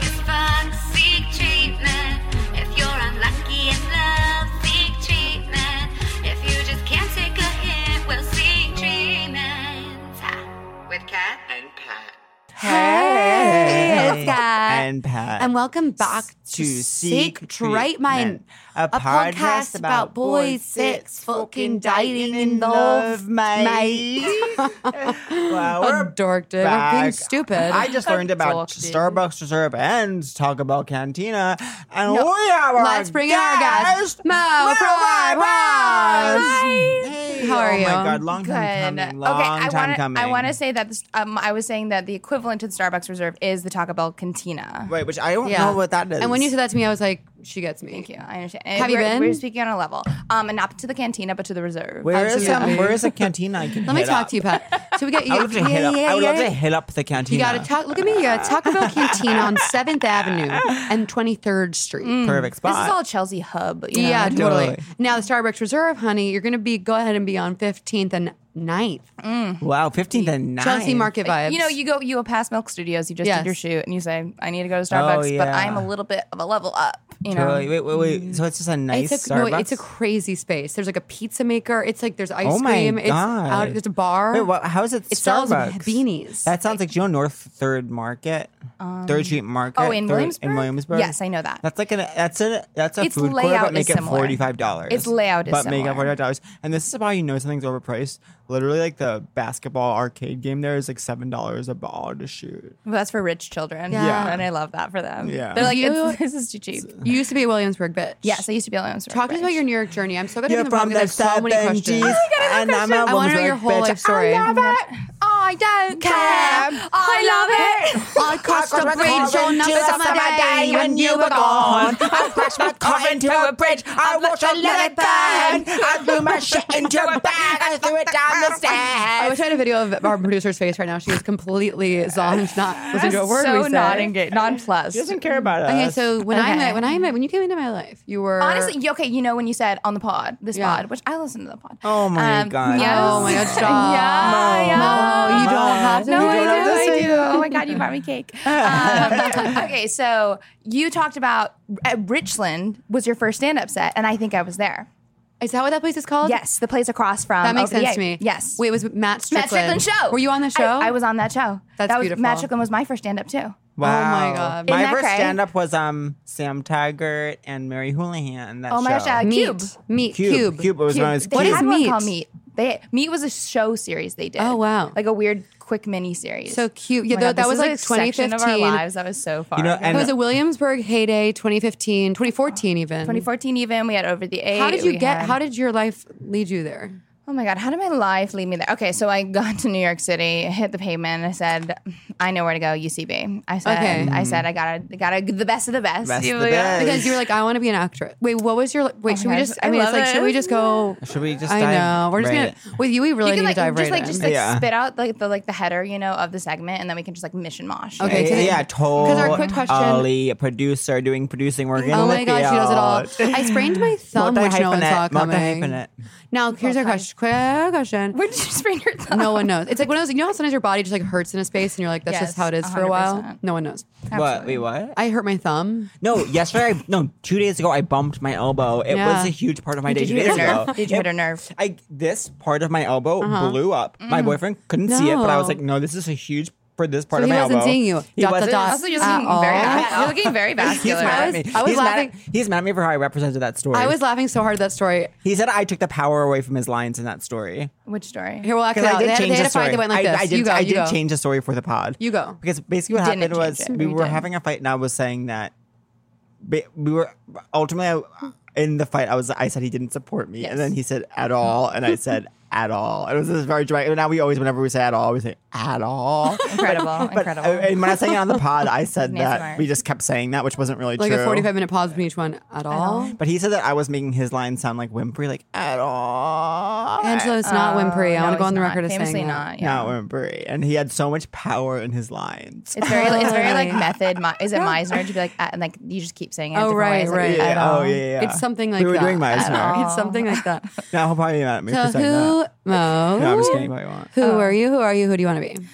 as fuck. Seek treatment if you're unlucky in love. Seek treatment if you just can't take a hint. Well, seek treatment Ha. with Cat and Pat. Hey, Hey, it's Kat. and Pat, And welcome back to to Seek Seek Treatment, Treatment, a, podcast, about boys, sex, fucking dating, and love, mate. wow, How we're dorked it. We're being back. stupid. I just learned about Dorked it. Starbucks Reserve and Taco Bell Cantina, and No. we have our Let's bring in our guest, Mo Mo Fry Fries. Fries. Hey, How are oh you? my god, long time Good. coming. Long okay, I time wanna, coming. I want to say that this, um, I was saying that the equivalent to the Starbucks Reserve is the Taco Bell Cantina. Wait, which I don't know what that is. And when you said that to me, I was like, she gets me. Thank you. I understand. And Have you we're, been? We're speaking on a level, um, and not to the cantina, but to the reserve. where is Absolutely. um, where is a cantina? I can Let me hit talk up? to you, Pat. So we got you. I would love to hit up. I would love to hit up the cantina. You got to talk. Look at me. You got to Taco Bell Cantina on Seventh Avenue and Twenty Third Street. Perfect This spot. is all Chelsea Hub. you know? Yeah, totally. totally. Now the Starbucks Reserve, honey, you're gonna be go ahead and be on 15th and 9th. Wow, 15th and 9. Chelsea Market vibes. You know, you go, you go past Milk Studios. You just Yes. did your shoot, and you say, "I need to go to Starbucks," but Oh, yeah. I'm a little bit of a level up. You know, Mm. Totally. Wait, wait, wait. So it's just a nice it's a, Starbucks. no, it's a crazy space. There's like a pizza maker. It's like there's ice Oh my cream. It's God. out. There's a bar. Wait, what, how is it It Starbucks? sells beanies. That sounds like, do you know North Third Market, Third Street Market. oh, in Third- Williamsburg? In Williamsburg. Yes, I know that. That's like an that's a that's a Its food court, layout but is make it similar. forty five dollars. Its layout is but make it similar. forty five dollars. And this is about you know something's overpriced. Literally, like the basketball arcade game there is like seven dollars a ball to shoot. Well, that's for rich children. Yeah. and I love that for them. Yeah. they're like, You- it's, "This is too cheap." you used to be a Williamsburg bitch. Yes, I used to be on Amsterdam. Talk to us about your New York journey. I'm so good at the wrong because I have so many Oh questions. and I'm a I want to know Williamsburg your whole bitch. life story. I don't care. I love it. I crossed the bridge on the summer day when you were gone. I crashed my car into a bridge. I watched a leather burn. I threw my shit into a bag. I threw it down the I stairs. wish I had a video of our producer's face right now. She was completely zonked, not listening to a word so we said. not engaged, nonplussed. She doesn't care about us. Okay, so when I Okay. met, when I met, when you came into my life, you were Honestly, okay, you know when you said on the pod, this Yeah. pod, which I listen to the pod. Um, Oh my God. Yes. Oh my God, stop. yeah, Mo, yeah. Mo, you don't have to No, do I what I'm do. I saying. do. Oh my God, you bought me cake. Um, okay, so you talked about at Richland was your first stand up set, and I think I was there. is that what that place is called? Yes, the place across from. that makes OVA. sense to me. Yes. wait, it was Matt Matt Strickland. Strickland show. Were you on the show? I, I was on that show. That's that was, beautiful. Matt Strickland was my first stand up too. Wow. my God. Isn't My that first great? stand up was um Sam Taggart and Mary Houlihan. That Oh my show. gosh, yeah, Cube. Meat, meat, Cube. cube, Cube. It was when I was They What cute. is had one Meat? called Meat. They Meat was a show series they did. Oh, wow. Like a weird quick mini series. Oh So cute. Yeah, my tho- God, that this was is like a section of our 2015. lives. That was so far. You know, It and was a Williamsburg heyday, 2015, 2014 even. 2014 even we had over the eight. How did you we get? had- How did your life lead you there? Oh my God, how did my life lead me there? Okay, so I got to New York City, hit the pavement, and I said, I know where to go, UCB. I said, Okay. I said, I gotta, I gotta get the best of the best. Mm-hmm. Best of You the know? best. Because you were like, I want to be an actress. Wait, what was your? Wait, should we Oh my just? gosh, I I mean, it's love like, should we it. just go? Should we just I dive know. We're just right- gonna. With you, we really You can need like to dive just right like in. just like Yeah. spit out like the like the header, you know, of the segment, and then we can just like mission mosh. Okay, Yeah, today- Eh, yeah, because our totally. quick question- Ollie, a producer doing producing work in Oh the my gosh, she does it all. I sprained my thumb, which no one saw Multi-hyphenate, coming. multi-hyphenate. Now here's our question. Quick question. Where did you sprain your thumb? No one knows. It's like one of those. You know how sometimes your body just like hurts in a space, and you're like, that's Yes, just how it is for a while. 100%. No one knows. What? Wait, what? I hurt my thumb. No, yesterday, I, no, two days ago, I bumped my elbow. It Yeah. was a huge part of my day. Did you two hit a days ago. nerve? Did you hit a nerve? I this part of my elbow blew up. My boyfriend couldn't see it, but I was Uh-huh. like, Mm. No. no, this is a huge for this part So of he my wasn't elbow. seeing you. He Dot, dot, wasn't. dot. Also, you're At looking very. all? va- You're looking very He's vascular. mad at I was- me. I was he's Mad laughing- at, he's mad at me for how I represented that story. I was laughing so hard at that story. He said I took the power away from his lines in that story. Which story? Here, we'll act it Because I out. did They had, change they had the a fight story. that went like I, this. I did, you go. I you did go. change the story for the pod. You go. Because basically what didn't happened change was it. we You were didn't. having a fight, and I was saying that ba- we were ultimately I, in the fight. I was I said he didn't support me, and then he said at all, and I said at all. It was this very dramatic. Now we always, whenever we say at all, we say at all. Incredible, But, incredible. uh, and when I sang it on the pod, I said Nancy that Myers. we just kept saying that, which wasn't really like true. a 45 minute pause between each one at all. But he said that I was making his line sound like whimpery, like at all. Angela is not whimpery. I No, want to go he's on the not. record as saying Uh, Famously that. not. Yeah. Not whimpery. And he had so much power in his lines. It's very, it's very like Totally. method. Mi- Is it Meisner to be like, at, and like you just keep saying it. in Oh, different right, ways, like, right. at yeah. all. Oh, yeah, yeah. It's something like we were that. doing At Meisner. all. It's something like that. Now he'll probably be mad at me So for saying who, that. Mo? No, I'm just kidding. He probably won't. Who Oh. are you? Who are you? Who do you want to be?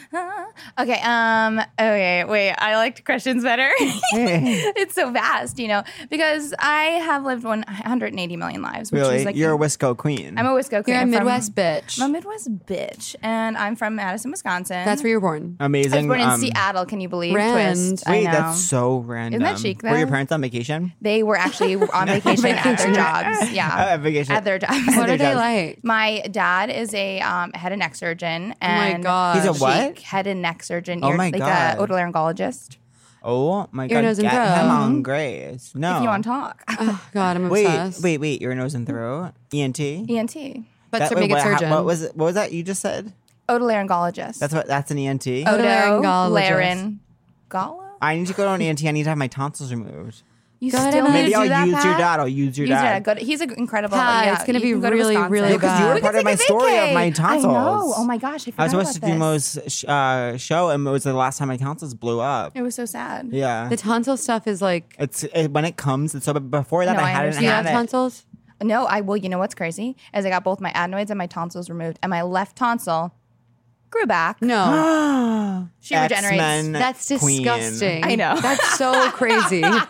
Okay. Um. Okay. Wait. I liked questions better. it's so vast, you know, because I have lived 180 million lives, which Really, is like you're a Wisco queen. I'm a Wisco queen. You're a I'm from- Midwest bitch. I'm a Midwest bitch, and I'm from Madison, Wisconsin. That's where you were born. I was amazing. born in um, Seattle. Can you believe? Rand. Twist. I Wait, know. that's so random. chic, Were your though? parents on vacation? they were actually on vacation at their jobs. Uh, Yeah. at vacation. At their jobs. What are they does. like? My dad is a um, head and neck surgeon. Oh my And God. He's a cheek what? Head and neck surgeon. Oh ear- my like God. a otolaryngologist. Oh my Your god! nose and get throat. him on Grace. No. If you want to talk, Oh, God, I'm wait, obsessed. wait, wait. Your nose and throat. E ENT. Yeah. ENT, But to make what, it how- surgeon. What was it? What was that you just said? otolaryngologist. That's what. That's an E ENT. Odo, Otolaryngologist. Larin, Gala. I need to go to an ENT. I need to have my tonsils removed. You Good still enough. need to Maybe do I'll that, use your Pat? dad. I'll use your Use your dad. dad. Go to- he's an incredible. Pat, yeah, it's gonna you be can go to really, Wisconsin. really Yeah, 'cause you were We part could of my take a story of vacay. my I tonsils. know. Oh my gosh, I forgot I was supposed to about do this. Mo's sh- uh, show, and it was the last time my tonsils blew up. It was so sad. Yeah. The tonsil stuff is like. It's it, when it comes. It's so. But before that, No, I I hadn't Do you understand. had have it. tonsils? No, I well, you know what's crazy? Is I got both my adenoids and my tonsils removed, and my left tonsil grew back. No. She regenerates. X-Men That's Queen. disgusting. I know. That's so crazy. Is So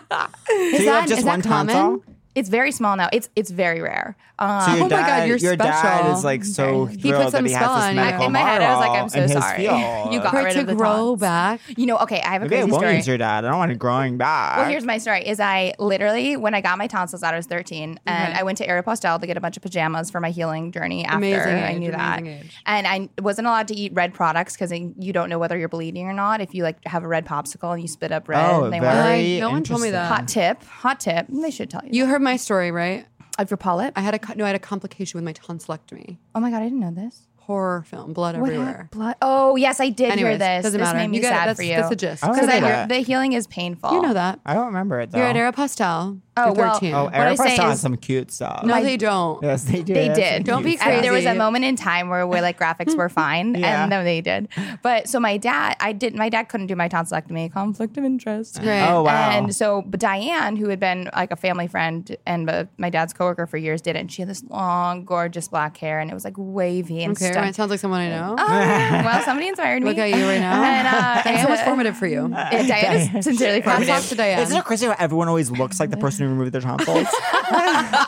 you that, have just is one that common? tonsil. It's very small now. It's it's very rare. Um, So your Oh my God, dad- you're your dad special. is like so He put thrilled that some he has skull this on you. medical in my head, I was like, model I'm so in his sorry. field. you got For it rid to of the grow tons. back. You know, okay, I have a Maybe I crazy won't story. use your dad. I don't want it growing back. Well, here's my story: is I literally when I got my tonsils out, I was 13, and Okay. I went to Aeropostale to get a bunch of pajamas for my healing journey. After Amazing I age, knew that, amazing age. and I wasn't allowed to eat red products because you don't know whether you're bleeding or not. If you like have a red popsicle and you spit up red, oh, and they want very Like, no one told me interesting. that. hot tip, hot tip. They should tell you. You heard my story, right? of your polyp. I had a co- no, I had a complication with my tonsillectomy. oh my god, I didn't know this. Horror film, blood What hap- everywhere. blood? Oh yes, I did Anyways, hear this. doesn't this matter. made me You get it. sad That's- for you. that's the gist. I don't Because know I- that. the healing is painful. You know that. Oh, I don't remember it though. You're at Aeropostale. Oh, You're well, 13. Oh, What I say Aeropostale has is- some cute stuff. no, they don't. Yes, they do. They That's did. some Don't be cute And stuff. there was a crazy. moment in time where we're like graphics were fine, Yeah. and then they did. But so my dad, I did. My dad couldn't do my tonsillectomy, conflict of interest. Right. Oh wow. And so but Diane, who had been like a family friend and uh, my dad's coworker for years, did it. And she had this long, gorgeous black hair, and it was like wavy and Okay, stuck- right. Sounds like someone I know. Oh, well, somebody inspired me. Look at you right now. And, uh, Diane was and- formative for you. And Diane is sincerely Hats formative. off to Diane. Isn't it crazy how everyone always looks like the person who removed their tonsils?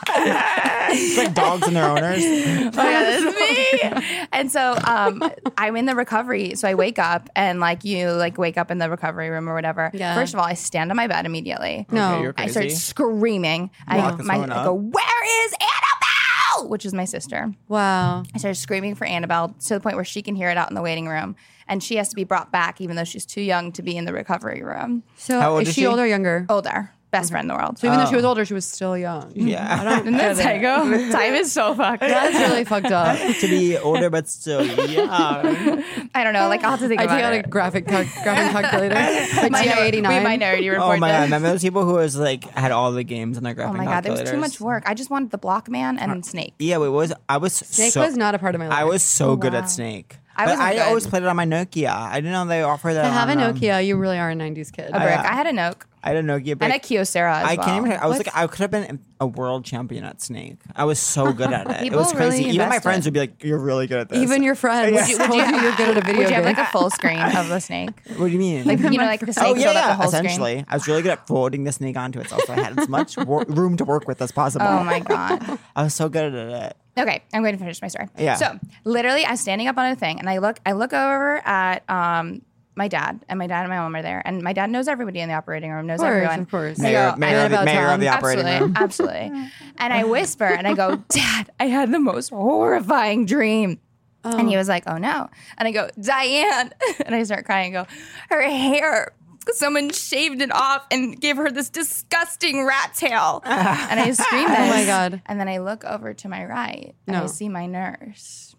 it's like dogs and their owners. Oh yeah, that's me. And so um, I'm in the recovery. So I wake up and like you like wake up in the recovery room or whatever. Yeah. First of all, I stand on my bed immediately. No. Okay, you're I start crazy. screaming. I, Lock this my, one I up. go, where is Annabelle? Which is my sister. Wow. I started screaming for Annabelle to the point where she can hear it out in the waiting room, and she has to be brought back, even though she's too young to be in the recovery room. So How old is is she, she? Oh. older or younger? Older, best friend in the world. Oh, So even though she was older, she was still young. Yeah. Isn't that psycho? Time is so fucked. That's really fucked up. to be older but still young. I don't know. Like I'll have to think I about take out it. a graphic cal- graphic calculator. A Minor- We GI89. minority report. Oh my god! this. Remember those people who was like had all the games on their Oh graphic my god, there was too calculators? much work. I just wanted the block man and Snake. Yeah, wait, what was I was Snake so, was not a part of my life. I was so good wow. at Snake. I But wasn't I good. always played it on my Nokia. I didn't know they offer that. To have a on, um, Nokia, you really are a 90s kid. A brick. yeah. I had a Noke I had a Nokia. But and a Kyocera as I well. can't even. I was What? like, I could have been a world champion at Snake. I was so good at it. it People was crazy. really even my invest friends it. would be like, "You're really good at this." Even your friend Yeah. would you, would you, are good at a video Would you game. have like a full screen of the snake? What do you mean? Like you know, like the snake oh yeah, filled up yeah. the whole Essentially, screen. I was really good at folding the snake onto itself, so I had as much wor- room to work with as possible. Oh my god. I was so good at it. Okay, I'm going to finish my story. Yeah. So literally, I'm standing up on a thing, and I look, I look over at um my dad, and my dad and my mom are there, and my dad knows everybody in the operating room, knows Of course, everyone. of course. I Mayor, go, mayor, of, the, about mayor time. of the operating absolutely, room. Absolutely. And I whisper and I go, Dad, I had the most horrifying dream. And he was like, Oh no. And I go, Diane. And I start crying and go, Her hair. Someone shaved it off and gave her this disgusting rat tail. and I scream this. Oh my God. And then I look over to my right and No. I see my nurse,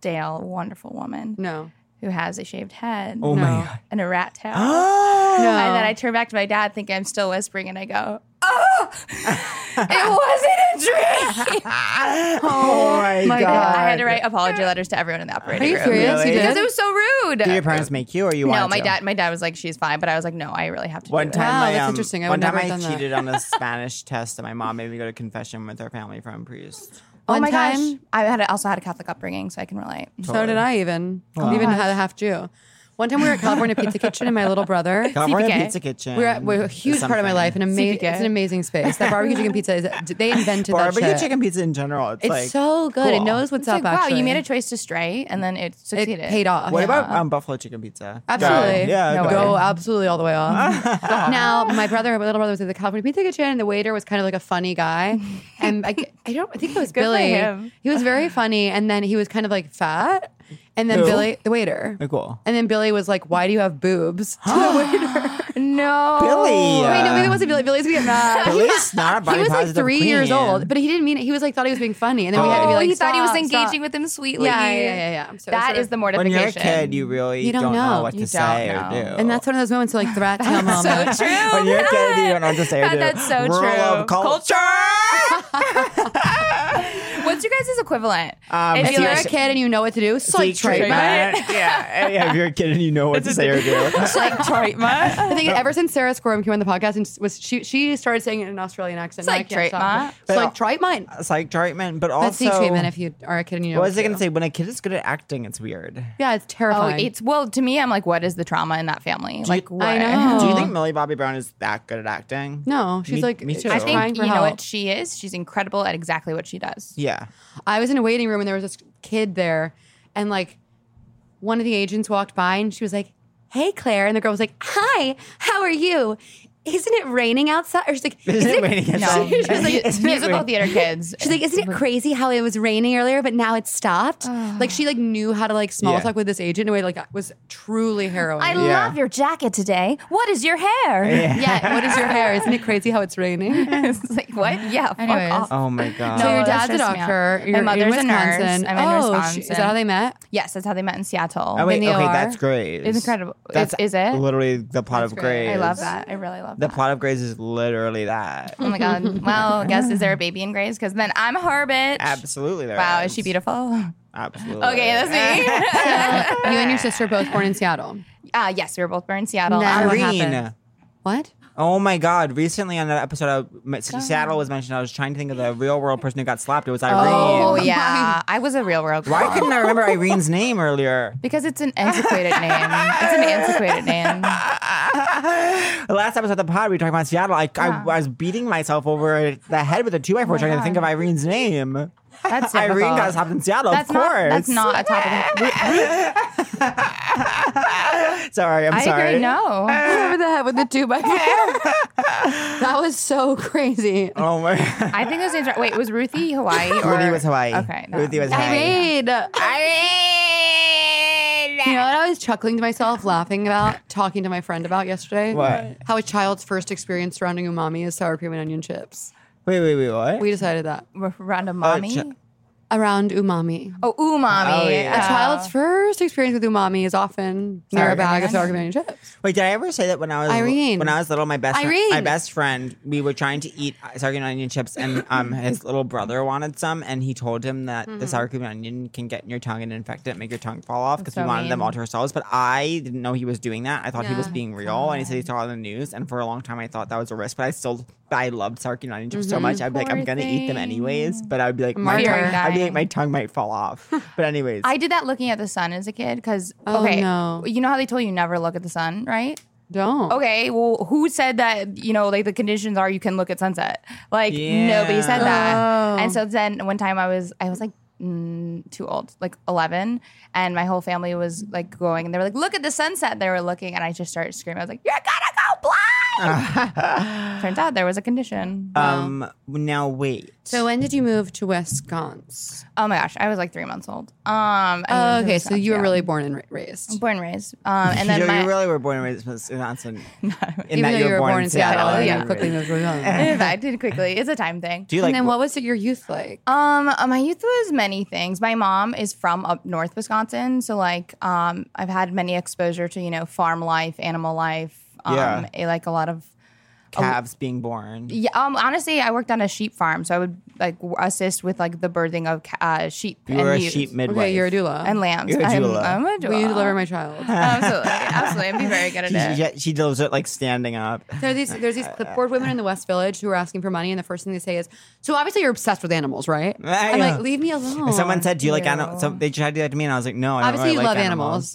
Dale, wonderful woman. no. who has a shaved head Oh my No. god. and a rat tail. Oh, And then I turn back to my dad, thinking I'm still whispering, and I go, "Oh, it wasn't a dream." Oh my, Oh my god. God. I had to write apology letters to everyone in the operating Are you room serious? Really? You because did? it was so rude. Did your parents make you, or you no, wanted my to? dad. My dad was like, "She's fine," but I was like, "No, I really have to." One do time, Wow, I, that's um, interesting. I would one time never I have done that. cheated on a Spanish test, and my mom made me go to confession with her family from Priest. It. Oh One my gosh, time- I had also had a Catholic upbringing, so I can relate. So did I even. Even had a half Jew. One time we were at California Pizza Kitchen and my little brother. California CPK. Pizza Kitchen. We're at, we're a is huge part of my something. life, and ama- it's CPK. an amazing space. That barbecue chicken pizza is they invented Barbecue that shit. chicken pizza in general. It's, It's like, so good. It cool. knows what's It's up. like, actually, wow, you made a choice to stray, and then it It succeeded. paid off. What about um, buffalo chicken pizza? Go. Absolutely. Yeah. No go. way. Go absolutely all the way off. now, my brother, my little brother was at the California Pizza Kitchen, and the waiter was kind of like a funny guy. And I, I don't, I think it was for Billy. him. He was very funny, and then he was kind of like fat. And then Who? Billy, the waiter. Oh, cool. And then Billy was like, "Why do you have boobs?" To the waiter. No, Billy. Oh, Wait, no, maybe it uh, wasn't Billy. Billy's gonna get mad. He Billy's not a body was like positive three queen. years old, but he didn't mean it. He was like thought he was being funny, and then we had to be Oh, like, he thought he was "Stop, engaging stop." with him sweetly. Yeah, yeah, yeah, yeah, yeah. I'm so- That sort is of- the when mortification. you're a kid, you really You don't know. what to You don't say or know. do. And that's one of those moments where like the rat tail moment. so true. when you're a kid, you don't know what to say or do. That's so Rural true. Of culture. What's your guys' equivalent? Um, If If you're you're a like- kid and you know what to do, psych treatment. yeah. yeah. If you're a kid and you know what to say or do. like treatment. I think ever since Sarah Squirm came on the podcast and was she she started saying it in an Australian accent. It's like trademark. It's like But- trademark. Psych treatment, but That's also. the treatment if you are a kid and you know. What was what I to going to do. say? When a kid is good at acting, it's weird. Yeah, it's Oh, terrifying. it's well to me. I'm like, what is the trauma in that family? Like, what? I know. Do you Oh. think Millie Bobby Brown is that good at acting? No, she's Me- like- Me I too. I So- think Crying for you know help. what she is. She's incredible at exactly what she does. Yeah. I was in a waiting room and there was this kid there, and like one of the agents walked by and she was like, "Hey, Claire," and the girl was like, "Hi, how are you? Isn't it raining outside?" Or she's like, Isn't it raining?" raining No, outside? she's like Isn't it musical raining- theater kids. She's like, isn't it crazy how it was raining earlier, but now it's stopped? Ah. like she like knew how to like small Yeah. talk with this agent in a way that, like was truly harrowing. I Yeah. love your jacket today. What is your hair? yeah, what is your hair? Isn't it crazy how it's raining? it's like what? Yeah. fuck Anyways. off. Oh my God. so No, your that dad's a stressed me out. doctor. My Your mother's a nurse. I'm in oh, Wisconsin. is that how they met? Yes, that's how they met in Seattle. oh, wait. in Okay, the OR. that's great. It's incredible. That's Is- is it? Literally the plot of great. Grace. I love that. I really love The that. plot of Grace is literally that. Oh my god. Well, guess is there a baby in Grace? Because then I'm her bitch. Absolutely. There Wow, is she beautiful? Absolutely. Okay, that's me. you and your sister both born in Seattle. uh, yes, we were both born in Seattle. Nice. Um, What Irene. happened? What? Oh my God! Recently on that episode, of M- Seattle was mentioned. I was trying to think of the real world person who got slapped. It was Irene. oh yeah, I was a real world. Girl. Why couldn't I remember Irene's name earlier? Because it's an antiquated name. It's an antiquated name. The last episode of the pod, we were talking about Seattle. I, I, was beating myself over the head with a two by four trying to think of Irene's name. That's Oh difficult. Irene got slapped in Seattle, That's of not. course. That's not a topic. We- Sorry, I'm I sorry. agree. No, Over the head with the two by four. that was so crazy. Oh my. I think those names are. Wait, was Ruthie Hawaii? Or, Ruthie was Hawaii. Okay, no. Ruthie was Hawaii. Irene. You know what I was chuckling to myself, laughing about, talking to my friend about yesterday? What? How a child's first experience surrounding umami is sour cream and onion chips. Wait, wait, wait. What? We decided that. R- Rhonda Oh, Mommy. ch- Around umami. Oh, umami. Oh, yeah. A Uh, child's first experience with umami is often near Sour a bag of cream sour cream and onion chips. Wait, did I ever say that when I was Irene. when I was little, my best fri- Irene. my best friend, we were trying to eat sour cream and onion chips, and um, his little brother wanted some, and he told him that the sour cream and onion can get in your tongue and infect it, make your tongue fall off, because so we wanted them mean. all to ourselves. But I didn't know he was doing that. I thought he was Yeah. being real, and he said he saw it on the news, and for a long time I thought that was a risk, but I still I loved sour cream and onion chips so much. I'd be like, Poor I'm gonna eat them thing. anyways, but I would be like, my Martyr. tongue, I'd be Dying. like, my tongue might fall off. But anyways, I did that looking at the sun as a kid because Oh, okay, no. you know how they told you never look at the sun, right? Don't. Okay, well, who said that? You know, like the conditions are you can look at sunset. Like Yeah. nobody said that. Oh. And so then one time I was, I was like. Mm, too old, like 11, and my whole family was like going, and they were like, "Look at the sunset." They were looking, and I just started screaming. I was like, "You're gonna go blind!" Turns out there was a condition. Um, now wait. So when did you move to Wisconsin? oh my gosh, I was like three months old. Um, Oh, and- okay, so you were yeah. really born and ra- raised. born and raised. Um, and then you, my you really were born and raised in Wisconsin. in Even that though you were born in Seattle. and yeah, you were- quickly moved to Wisconsin. I did quickly. It's a time thing. Do you and like? then what was it your youth like? Um, uh, my youth was many things. My mom is from up north Wisconsin, so like, um, I've had many exposure to you know farm life, animal life, um, Yeah. eh, like a lot of. calves being born? Yeah, um, honestly, I worked on a sheep farm, so I would like w- assist with like the birthing of ca- uh, sheep You and were a ewes sheep midwife. Okay, you're a doula. and lambs. You're a I'm, doula. I'm a doula. Will you deliver my child? absolutely, absolutely. I'd be very good at She, it. she, she delivers it like standing up. There are these there's these clipboard women in the West Village who are asking for money, and the first thing they say is, "So obviously you're obsessed with animals, right?" I I'm know. like, "Leave me alone." And someone said, "Do you like animals?" Ew. So they tried to do that to me, and I was like, "No, I don't Obviously really you like love animals.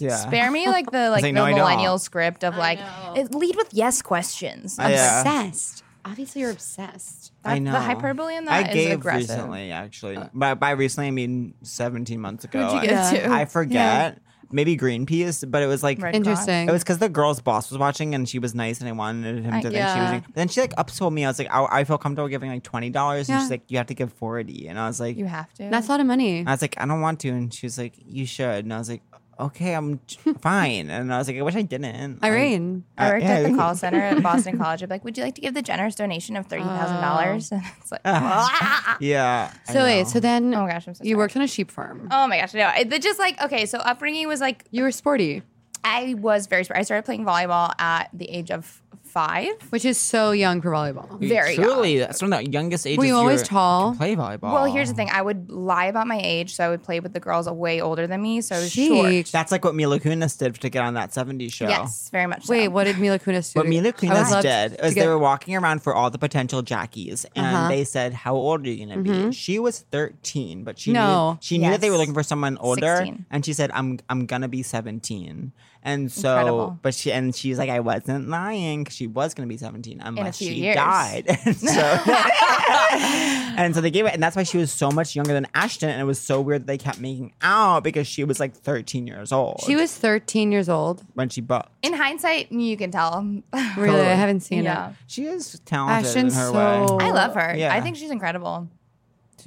animals. Yeah. Spare me like the like, like, the no, I don't. millennial script of like it- lead with yes questions. I- yeah. obsessed. Obviously you're obsessed. I know the hyperbole in I that is gave aggressive. recently, actually. by, by recently, I mean seventeen months ago. Who'd you give I, to? I forget. Maybe Greenpeace, but it was like Red Interesting. It was because the girl's boss was watching and she was nice and I wanted him to I- think she yeah. was. But then she like upsold me. I was like, I, I feel comfortable giving like twenty dollars, and Yeah. she's like, you have to give forty, and I was like, You have to. That's a lot of money. I was like, I don't want to, and she was like, you should, and I was like, okay, I'm fine, and I was like, I wish I didn't. Like, Irene. I uh, worked yeah. at the call center at Boston College. I'd be like, "Would you like to give the generous donation of thirty thousand dollars?" Oh. And it's like, Ah. Yeah. I So wait, know. so then "Oh my gosh, I'm so." you sorry. worked on a sheep farm. Oh my gosh, no! It, it just like okay, so upbringing was like You were sporty, I was very smart. I started playing volleyball at the age of five. which is so young for volleyball. very truly that's one of the youngest ages. Were you always were- tall? to Play volleyball. Well, here's the thing: I would lie about my age, so I would play with the girls way older than me. So I was short. Sheesh. That's like what Mila Kunis did to get on that 70s show. Yes, very much. so. Wait, what did Mila Kunis do? What Mila I would Kunis love to- did to Uh-huh. was get- they were walking around for all the potential Jackies, and they said, "How old are you going to be?" She was thirteen, but she Mm-hmm. No. knew, she knew that they were Yes. looking for someone older, 16. and she said, "I'm I'm gonna be 17. And so, Incredible. but she and she's like, "I wasn't lying because she was gonna be seventeen unless few she years. died." And so, and so they gave it, and that's why she was so much younger than Ashton, and it was so weird that they kept making out because she was like thirteen years old She was 13 years old. when she booked. In hindsight, you can tell. Really, I haven't seen yeah, it. She is talented Ashton's in her so- way. I love her. Yeah. I think she's incredible,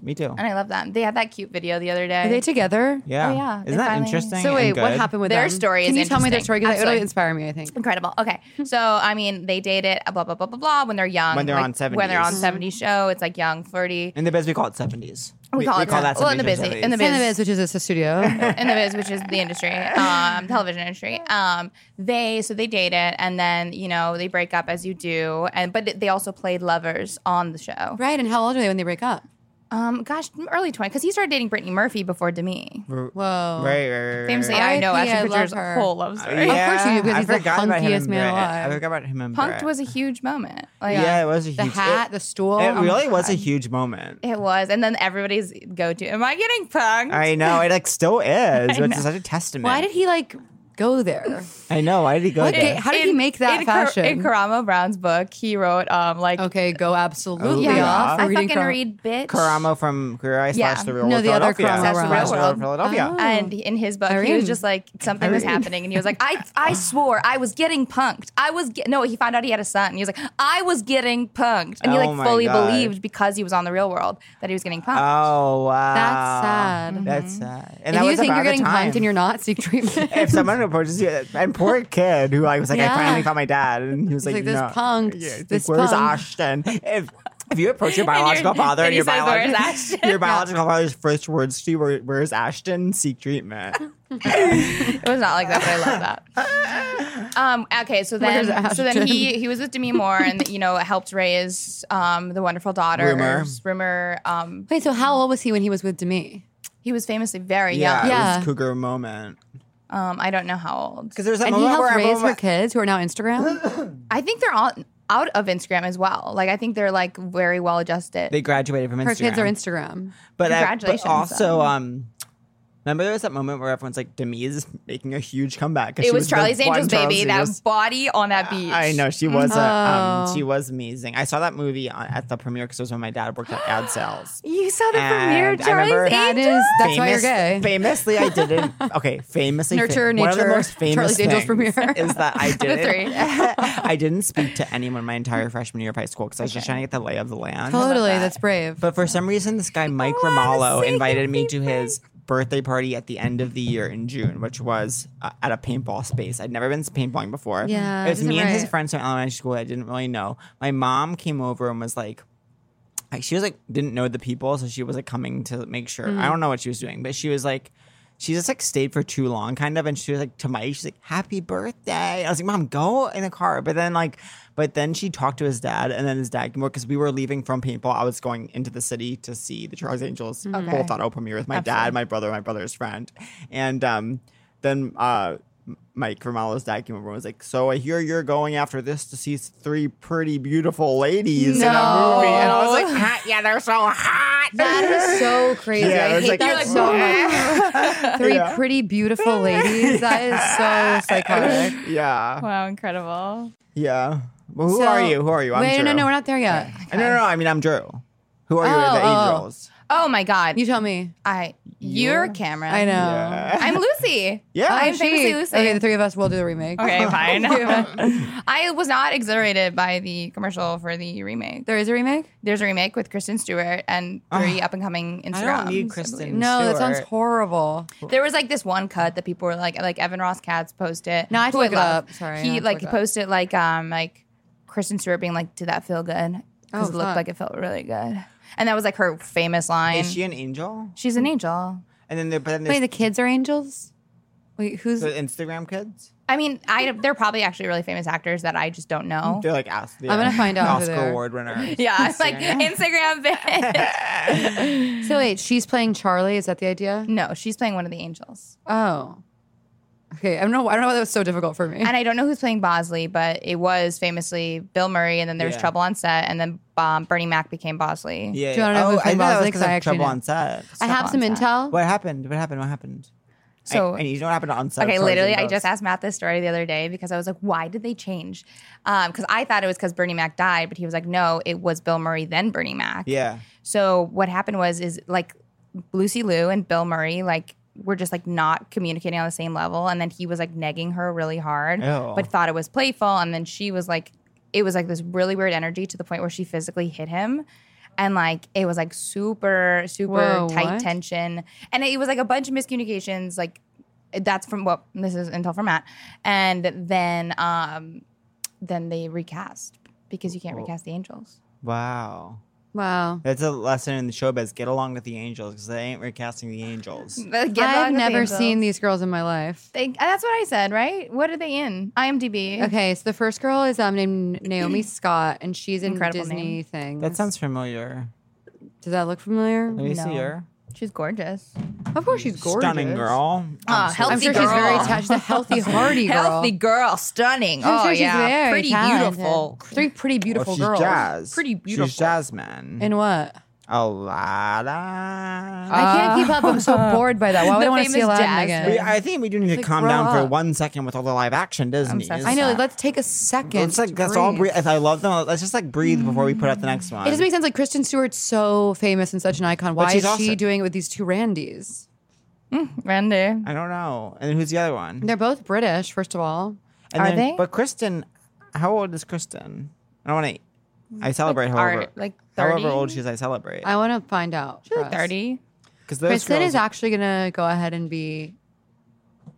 Me too. and I oh, love them. They had that cute video the other day. Are they together? Yeah. Oh, yeah. They Isn't that finally- interesting? and So wait, what good? happened with Their them? story Can is you tell me their interesting. story? Because it'll Absolutely. inspire me. I think. Incredible. Okay. So, I mean, they date it, blah, blah, blah, blah, blah, when they're young. When they're like, on 70s. When they're on 70 show, it's like young, flirty. In the biz, we call it seventies. We call it that. Well, in the biz, in the biz. Santa Biz, which is it's a studio. in the biz, which is the industry, um, television industry. Um, they so they date it, and then you know they break up as you do, and but they also played lovers on the show. right. And how old are they when they break up? Um, gosh, early twenty, because he started dating Brittany Murphy before Demi. Whoa. Right, right, right. Famously, right. I know R.I.P., I Ashton love Kutcher's her. whole love story. yeah. course you do, because I he's the forgot about him hunkiest and man Brit. alive. I forgot about him and Punked Brit. was a huge moment. Like, yeah, it was a huge The hat, It, the stool. Oh it really my was a God. huge moment. It was, and then everybody's go to. Am I getting punked? I know it like still is, which is such a testament. Why did he like go there? I know? Why did he go What there? ga- How did he make that in Kar- fashion? in Karamo Brown's book, he wrote um like okay, go absolutely Oh, Yeah, off. I for reading fucking Kar- read bitch. Karamo from Queer Eye Yeah. slash The Real No, World the other Philadelphia. Karamo Slash The Real Slash World. Philadelphia. Oh. And in his book, he Irene. was just like something was Irene. happening, and he was like, "I, I swore I was getting punked. I was get- no." He found out he had a son, and he was like, "I was getting punked," and he Oh like my fully God. believed because he was on the Real World that he was getting punked. Oh wow, That's sad. That's sad. And If that you was think about you're the getting time. punked and you're not, seek treatment. if someone approaches you, and poor kid who I was like, Yeah. I finally found my dad, and he was like, like, this no. punk, Yeah, it's this like, where's punk. Ashton? If if you approach your biological father and and he your says, "Where's biological Ashton?" your biological father's first words to you were, "Where's Ashton? Seek treatment." It was not like that, but I love that. Um, okay, so Where's then, so then Ashton? he he was with Demi Moore, and you know helped raise um, the wonderful daughter Rumor. Rumor. Um, Wait, so how old was he when he was with Demi? he was famously very Yeah, young. Yeah. it was cougar moment Um, I don't know how old. because there was that And he moment helped where raise everyone her was, kids who are now Instagram. I think they're all out of Instagram as well. Like I think they're like very well adjusted. they graduated from Instagram. Her kids are Instagram. but, uh, but Congratulations, also, though. um, Remember there was that moment where everyone's like, Demi is making a huge comeback. 'cause It she was the Charlie's one Angels, Charlie's baby. Angels- That body on that beach. I know she was a, um, Oh. she was amazing. I saw that movie on, at the premiere because it was when my dad worked at ad sales. You saw the And premiere, I remember- Charlie's That Angels. is that's why you're Famous- gay. Famously, I didn't. Okay, famously, fa- Nurture, One of the nature, most famous Charlie's Angels things premiere. is that I didn't. three. I didn't speak to anyone my entire freshman year of high school because I was just trying to get the lay of the land. Totally, that's brave. But for some reason, this guy Mike Romalo invited me to his birthday party at the end of the year in June, which was uh, at a paintball space. I'd never been paintballing before. Yeah, it was isn't me and his right? friends from elementary school. I didn't really know. My mom came over and was like. I- She was like didn't know the people, so she was like coming to make sure. I don't know what she was doing, but she was like, she just like stayed for too long, kind of. And she was like to Mike, she's like, "Happy birthday!" I was like, "Mom, go in the car." But then like, but then she talked to his dad, and then his dad came over because we were leaving from paintball. I was going into the city to see the Charles Angels both on open premiere with my dad, my brother, my brother's friend, and um, then uh. Mike Romalo's dad came over and was like, "So I hear you're going after this to see three pretty beautiful ladies in a movie," and I was like, "Hot, yeah, they're so hot." That is so crazy. Yeah, it I was hate like- that You're like, so much. Three Yeah. pretty beautiful ladies. That is so psychotic. yeah, Wow, incredible. yeah. Well, who So- are you? Who are you? I'm wait, Drew. no, no, we're not there yet. Uh, No, no, no. I mean, I'm Drew. Who are you? Oh, the oh. Angels. Oh my God. You tell me. I, you're Cameron. I know. Yeah. I'm Lucy. Yeah. I'm She- famously Lucy. Okay, the three of us will do the remake. Okay, fine. I was not exhilarated by the commercial for the remake. There is a remake? There's a remake with Kristen Stewart and three up and coming Instagrams. Ah. I don't need believe. Kristen. No, that sounds Stewart. horrible. There was like this one cut that people were like, like Evan Ross Katz posted. No, I had to who look it love. up. Sorry, I had he to like look it up. posted like um like Kristen Stewart being like, "Did that feel good?" Oh, Because it looked fuck. like it felt really good, and that was like her famous line. Is she an angel? She's an angel. And then there, but then Wait, there's the kids are angels? Wait, who's the Instagram kids. I mean, I they're probably actually really famous actors that I just don't know. They're like ask. Yeah. I'm gonna find out who they Oscar are. award winner. Yeah, it's like Instagram bitch. So wait, she's playing Charlie, is that the idea? no, she's playing one of the angels, Oh. Okay, I don't know I don't know why that was so difficult for me. and I don't know who's playing Bosley, but it was famously Bill Murray, and then there was Yeah. trouble on set, and then um, Bernie Mac became Bosley. Yeah. Do you wanna know oh, who I Finn know that was Bosley? 'Cause because I of actually trouble know. on set. I have some on set. intel. What happened? What happened? What happened? I- So- and you know what happened on set? of Okay, Charlie's literally, I Angels? just asked Matt this story the other day because I was like, why did they change? Because I thought it was because Bernie Mac died, but he was like, no, it was Bill Murray, then Bernie Mac. Yeah. So what happened was, is like Lucy Liu and Bill Murray, like, were just like not communicating on the same level. And then he was like negging her really hard, Ew. but thought it was playful. And then she was like, it was like this really weird energy to the point where she physically hit him. And like it was like super, super Whoa, tight what? tension. And it was like a bunch of miscommunications, like that's from what this is intel from Matt. And then um then they recast because you can't recast the angels. Wow. wow. That's a lesson in the showbiz. Get along with the angels because they ain't recasting the angels. I've never seen these girls in my life. They, uh, that's what I said, right? What are they in? IMDb. Okay, so the first girl is um named Naomi Scott, and she's in Incredible Disney name. things. That sounds familiar. Does that look familiar? Let me No. see her. She's gorgeous. Of course, she's gorgeous. Stunning girl. Ah, Absolutely. I'm sure she's very girl. attached. She's a healthy, hardy girl. Healthy girl, stunning. I'm oh sure she's yeah, very pretty talented. beautiful. Three pretty Well, beautiful she's girls. Jazz. Pretty beautiful. Uh, She's Jasmine. In what? a lot of. I can't keep up. I'm so bored by that. Why would The I want to see famous Aladdin again? Jasmine. We- I think we do need to Like, calm grow down for up. one second with all the live action Disney. obsessed I with know. that. Let's take a second. Let's like to that's all. Breathe. breathe. If I love them, let's just like breathe before we put out the next one. It doesn't make sense. Like Kristen Stewart's so famous and such an icon. Why she's is she awesome. doing it with these two Randys? Randy. I don't know. And who's the other one? They're both British, first of all. And Are then- they? But Kristen, how old is Kristen? I don't want to. I celebrate however art- like however 30? old she is. I celebrate I want to find out. She's for like us. 30, because those Kristen girls, is actually gonna go ahead and be.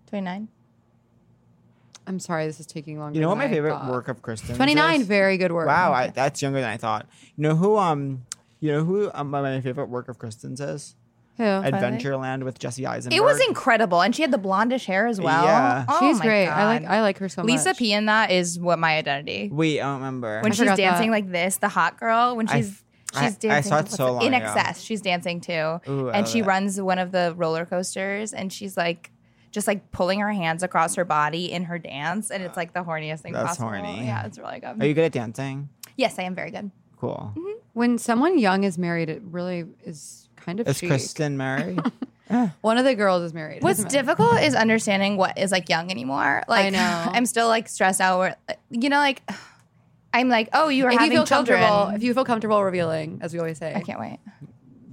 29. I'm sorry, this is taking longer. You know what than my I favorite thought. work of Kristen? 29, very good work. Wow, I, that's younger than I thought. You know who? Um, you know who? Um, my- my favorite work of Kristen's is Who? Adventureland with Jesse Eisenberg. It was incredible, and she had the blondish hair as well. Yeah. Oh She's my great. I God. like I like her so Lisa much. P in that is what my identity. Wait, I don't remember. when I she's forgot dancing that. like this, the hot girl. When I- she's I- she's I dancing saw to it what's so long in ago. excess. She's dancing too, Ooh, I and love she it. runs one of the roller coasters, and she's like. Just like pulling her hands across her body in her dance, and it's like the horniest thing That's possible. horny. Yeah, it's really good. Are you good at dancing? yes, I am very good. Cool. Mm-hmm. When someone young is married, it really is kind of Is chic. Kristen married? One of the girls is married. It What's doesn't matter. difficult is understanding what is like young anymore. Like know. I'm still like stressed out. Where, you know, like I'm like, oh, you are If you having feel children. comfortable, if you feel comfortable revealing, as we always say, I can't wait.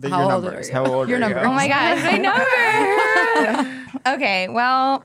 The, How your old are numbers. you? How old Your are number. you? Oh my god, my number. okay, well,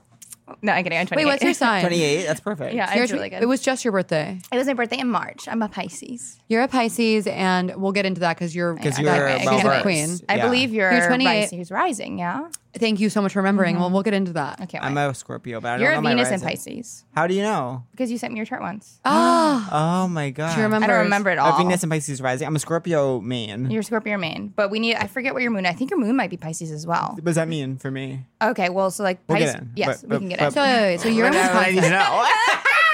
no, I'm kidding. I'm 28. Wait, what's your sign? 28. That's perfect. yeah, You're it's a- really good. It was just your birthday. It was my birthday in March. I'm a Pisces. You're a Pisces, and we'll get into that because you're Because Yeah, you're okay, about okay. right. Queen. I Yeah. believe you're, You're 28. Pisces rising. Yeah. Thank you so much for remembering. Well, we'll get into that. Mm-hmm. Okay. I'm a Scorpio, but I don't you're know a my Venus in rising. Pisces How do you know? because you sent me your chart once. Ah, Oh my god. do you remember? I don't remember it all. A Venus and Pisces rising. I'm a Scorpio man. You're Scorpio main, but we need. I forget what your moon. I think your moon might be Pisces as well. what does that mean for me? Okay, well, so like We'll get Pisces. in, Yes, but- we but- can get but- in. So, wait, wait, wait. so you're in I need to Wisconsin. know.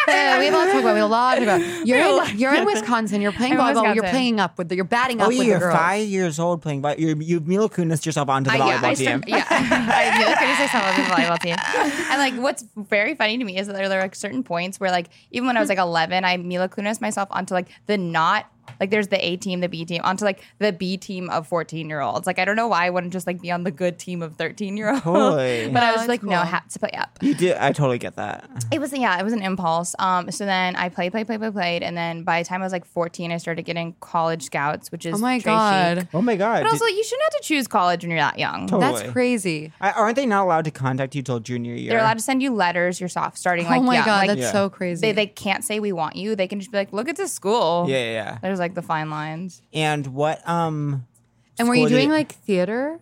Uh, we have a lot to talk about. We have a lot to talk about. You're in, you're in Wisconsin. You're playing I'm in volleyball. You're Wisconsin. playing up with. The, you're batting up oh, with yeah, the you're girls. five years old playing, but you're, you've Mila Kunis yourself onto the I- yeah, volleyball I team. start, yeah. I feel like I just myself on the volleyball team. And like, what's very funny to me is that there are like certain points where like, even when I was like 11, I Mila Kunis myself onto like the not like there's the A team, the B team, onto like the B team of 14 year olds. Like, I don't know why I wouldn't just like be on the good team of 13 year olds. Totally. but I No, was it's like, no, cool. have to play up. You do. I totally get that. It was yeah, it was an impulse. Um, so then I played, played, played, played, played, and then by the time I was like 14, I started getting college scouts, which is Oh my trashy. god, Oh my god. But also, you shouldn't have to choose college when you're that young. that's Totally. crazy. I, aren't they not allowed to contact you till junior year? They're allowed to send you letters. You're soft starting. Oh Like, my young. god, Like, that's Yeah. so crazy. they they can't say we want you. They can just be like, look at this school. Yeah, yeah, yeah. There's like the fine lines. And what? Um. and were you school did- doing like theater?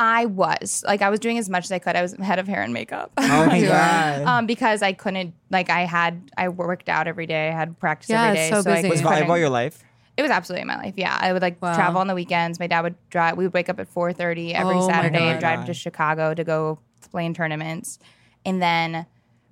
I was like, I was doing as much as I could. I was head of hair and makeup. Oh my Yeah. god. Um, because I couldn't, like, I had, I worked out every day. I had practice Yeah, every it's day. so I busy. Was Was couldn't- volleyball your life? It was absolutely my life. Yeah, I would like Wow. travel on the weekends. My dad would drive. We would wake up at four thirty every Oh my Saturday and God. drive to Chicago to go play in tournaments. And then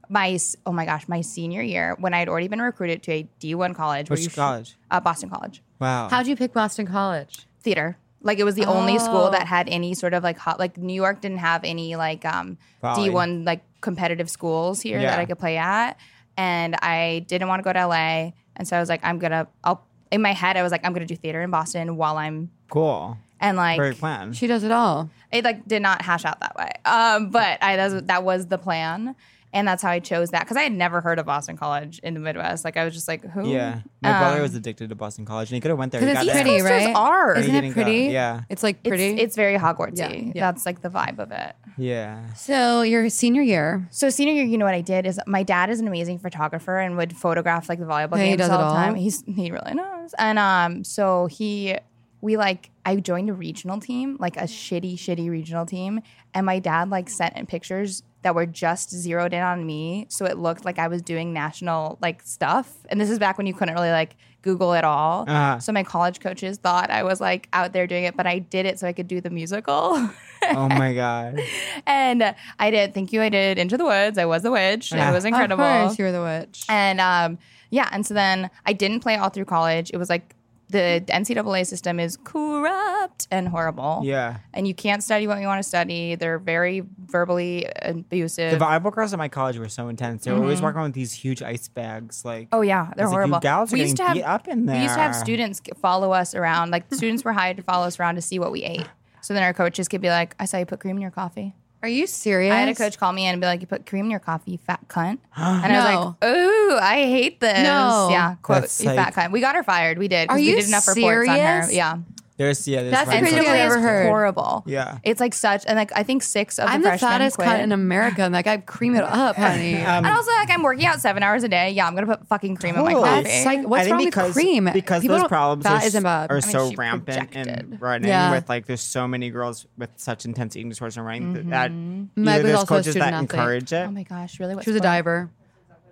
my s- oh my gosh, my senior year when I had already been recruited to a D one college. where Which you sh- college? uh, Boston College Wow. How'd you pick Boston College? theater. Like it was the only school Oh. that had any sort of like hot. Like New York didn't have any like um Volley. D one like competitive schools here that Yeah. I could play at, and I didn't want to go to LA, and so I was like, I'm gonna. I'll in my head I was like, I'm gonna do theater in Boston while I'm cool. and like Great plan. She does it all. it like did not hash out that way. Um, but I that was, that was the plan, and that's how I chose that because I had never heard of Boston College in the Midwest. Like I was just like, who? yeah. My brother was addicted to Boston College, and he could have went there. He Because got it's there. pretty, East Coasters right? are. Isn't You it didn't go. pretty? Yeah. It's like It's, pretty. it's very Hogwartsy. Yeah, yeah. That's like the vibe of it. Yeah. so your senior year. So senior year, you know what I did is my dad is an amazing photographer and would photograph like the volleyball Yeah, he games does all it the all. time. He's he really knows. And um, so he we like I joined a regional team, like a shitty, shitty regional team, and my dad like sent in pictures that were just zeroed in on me, so it looked like I was doing national like stuff. And this is back when you couldn't really like Google at all. Uh-huh. So my college coaches thought I was like out there doing it, but I did it so I could do the musical. Oh my god. And I did. Thank you. I did Into the Woods. I was the witch. Yeah. It was Incredible. incredible. Of course, you were the witch. and um, yeah. And so then I didn't play all through college. It was like the NCAA system is corrupt and horrible. Yeah. And you can't study what you want to study. They're very verbally The abusive. volleyball girls at my college were so intense. They were always walking around with these huge ice bags. Like, Mm-hmm. Oh yeah, they're It's like, you horrible. gals are we used to getting have beat up in We used to have there. students g- follow us around. Like students were hired to follow us around to see what we ate. So then our coaches could be like, "I saw you put cream in your coffee." Are you serious? I had a coach call me in and be like, "You put cream in your coffee, you fat cunt," and I was No. like, "Ooh, I hate this." No. yeah, quote, That's you fat like- cunt. We got her fired. We did. 'cause Are we you did enough reports on her. serious? Yeah, there's yeah. There's That's friends crazy. like I've Truly, that. it's ever heard. horrible. Yeah. it's like such, and like I think six of I'm the the freshmen fattest quit. cut in America, and like I cream it up, honey. Um, and also, like I'm working out seven hours a day. Yeah, I'm gonna put fucking cream in Oh my Totally. coffee. That's like I what's think wrong because, with cream? Because People those don't- problems fat are, s- isn't bad. are I mean, so she rampant projected. in running Yeah. with like there's so many girls with such intense eating disorders and running th- that Mm-hmm. Meg either was there's also a coaches that student athlete. encourage it. oh my gosh, really? What she was a sport? diver.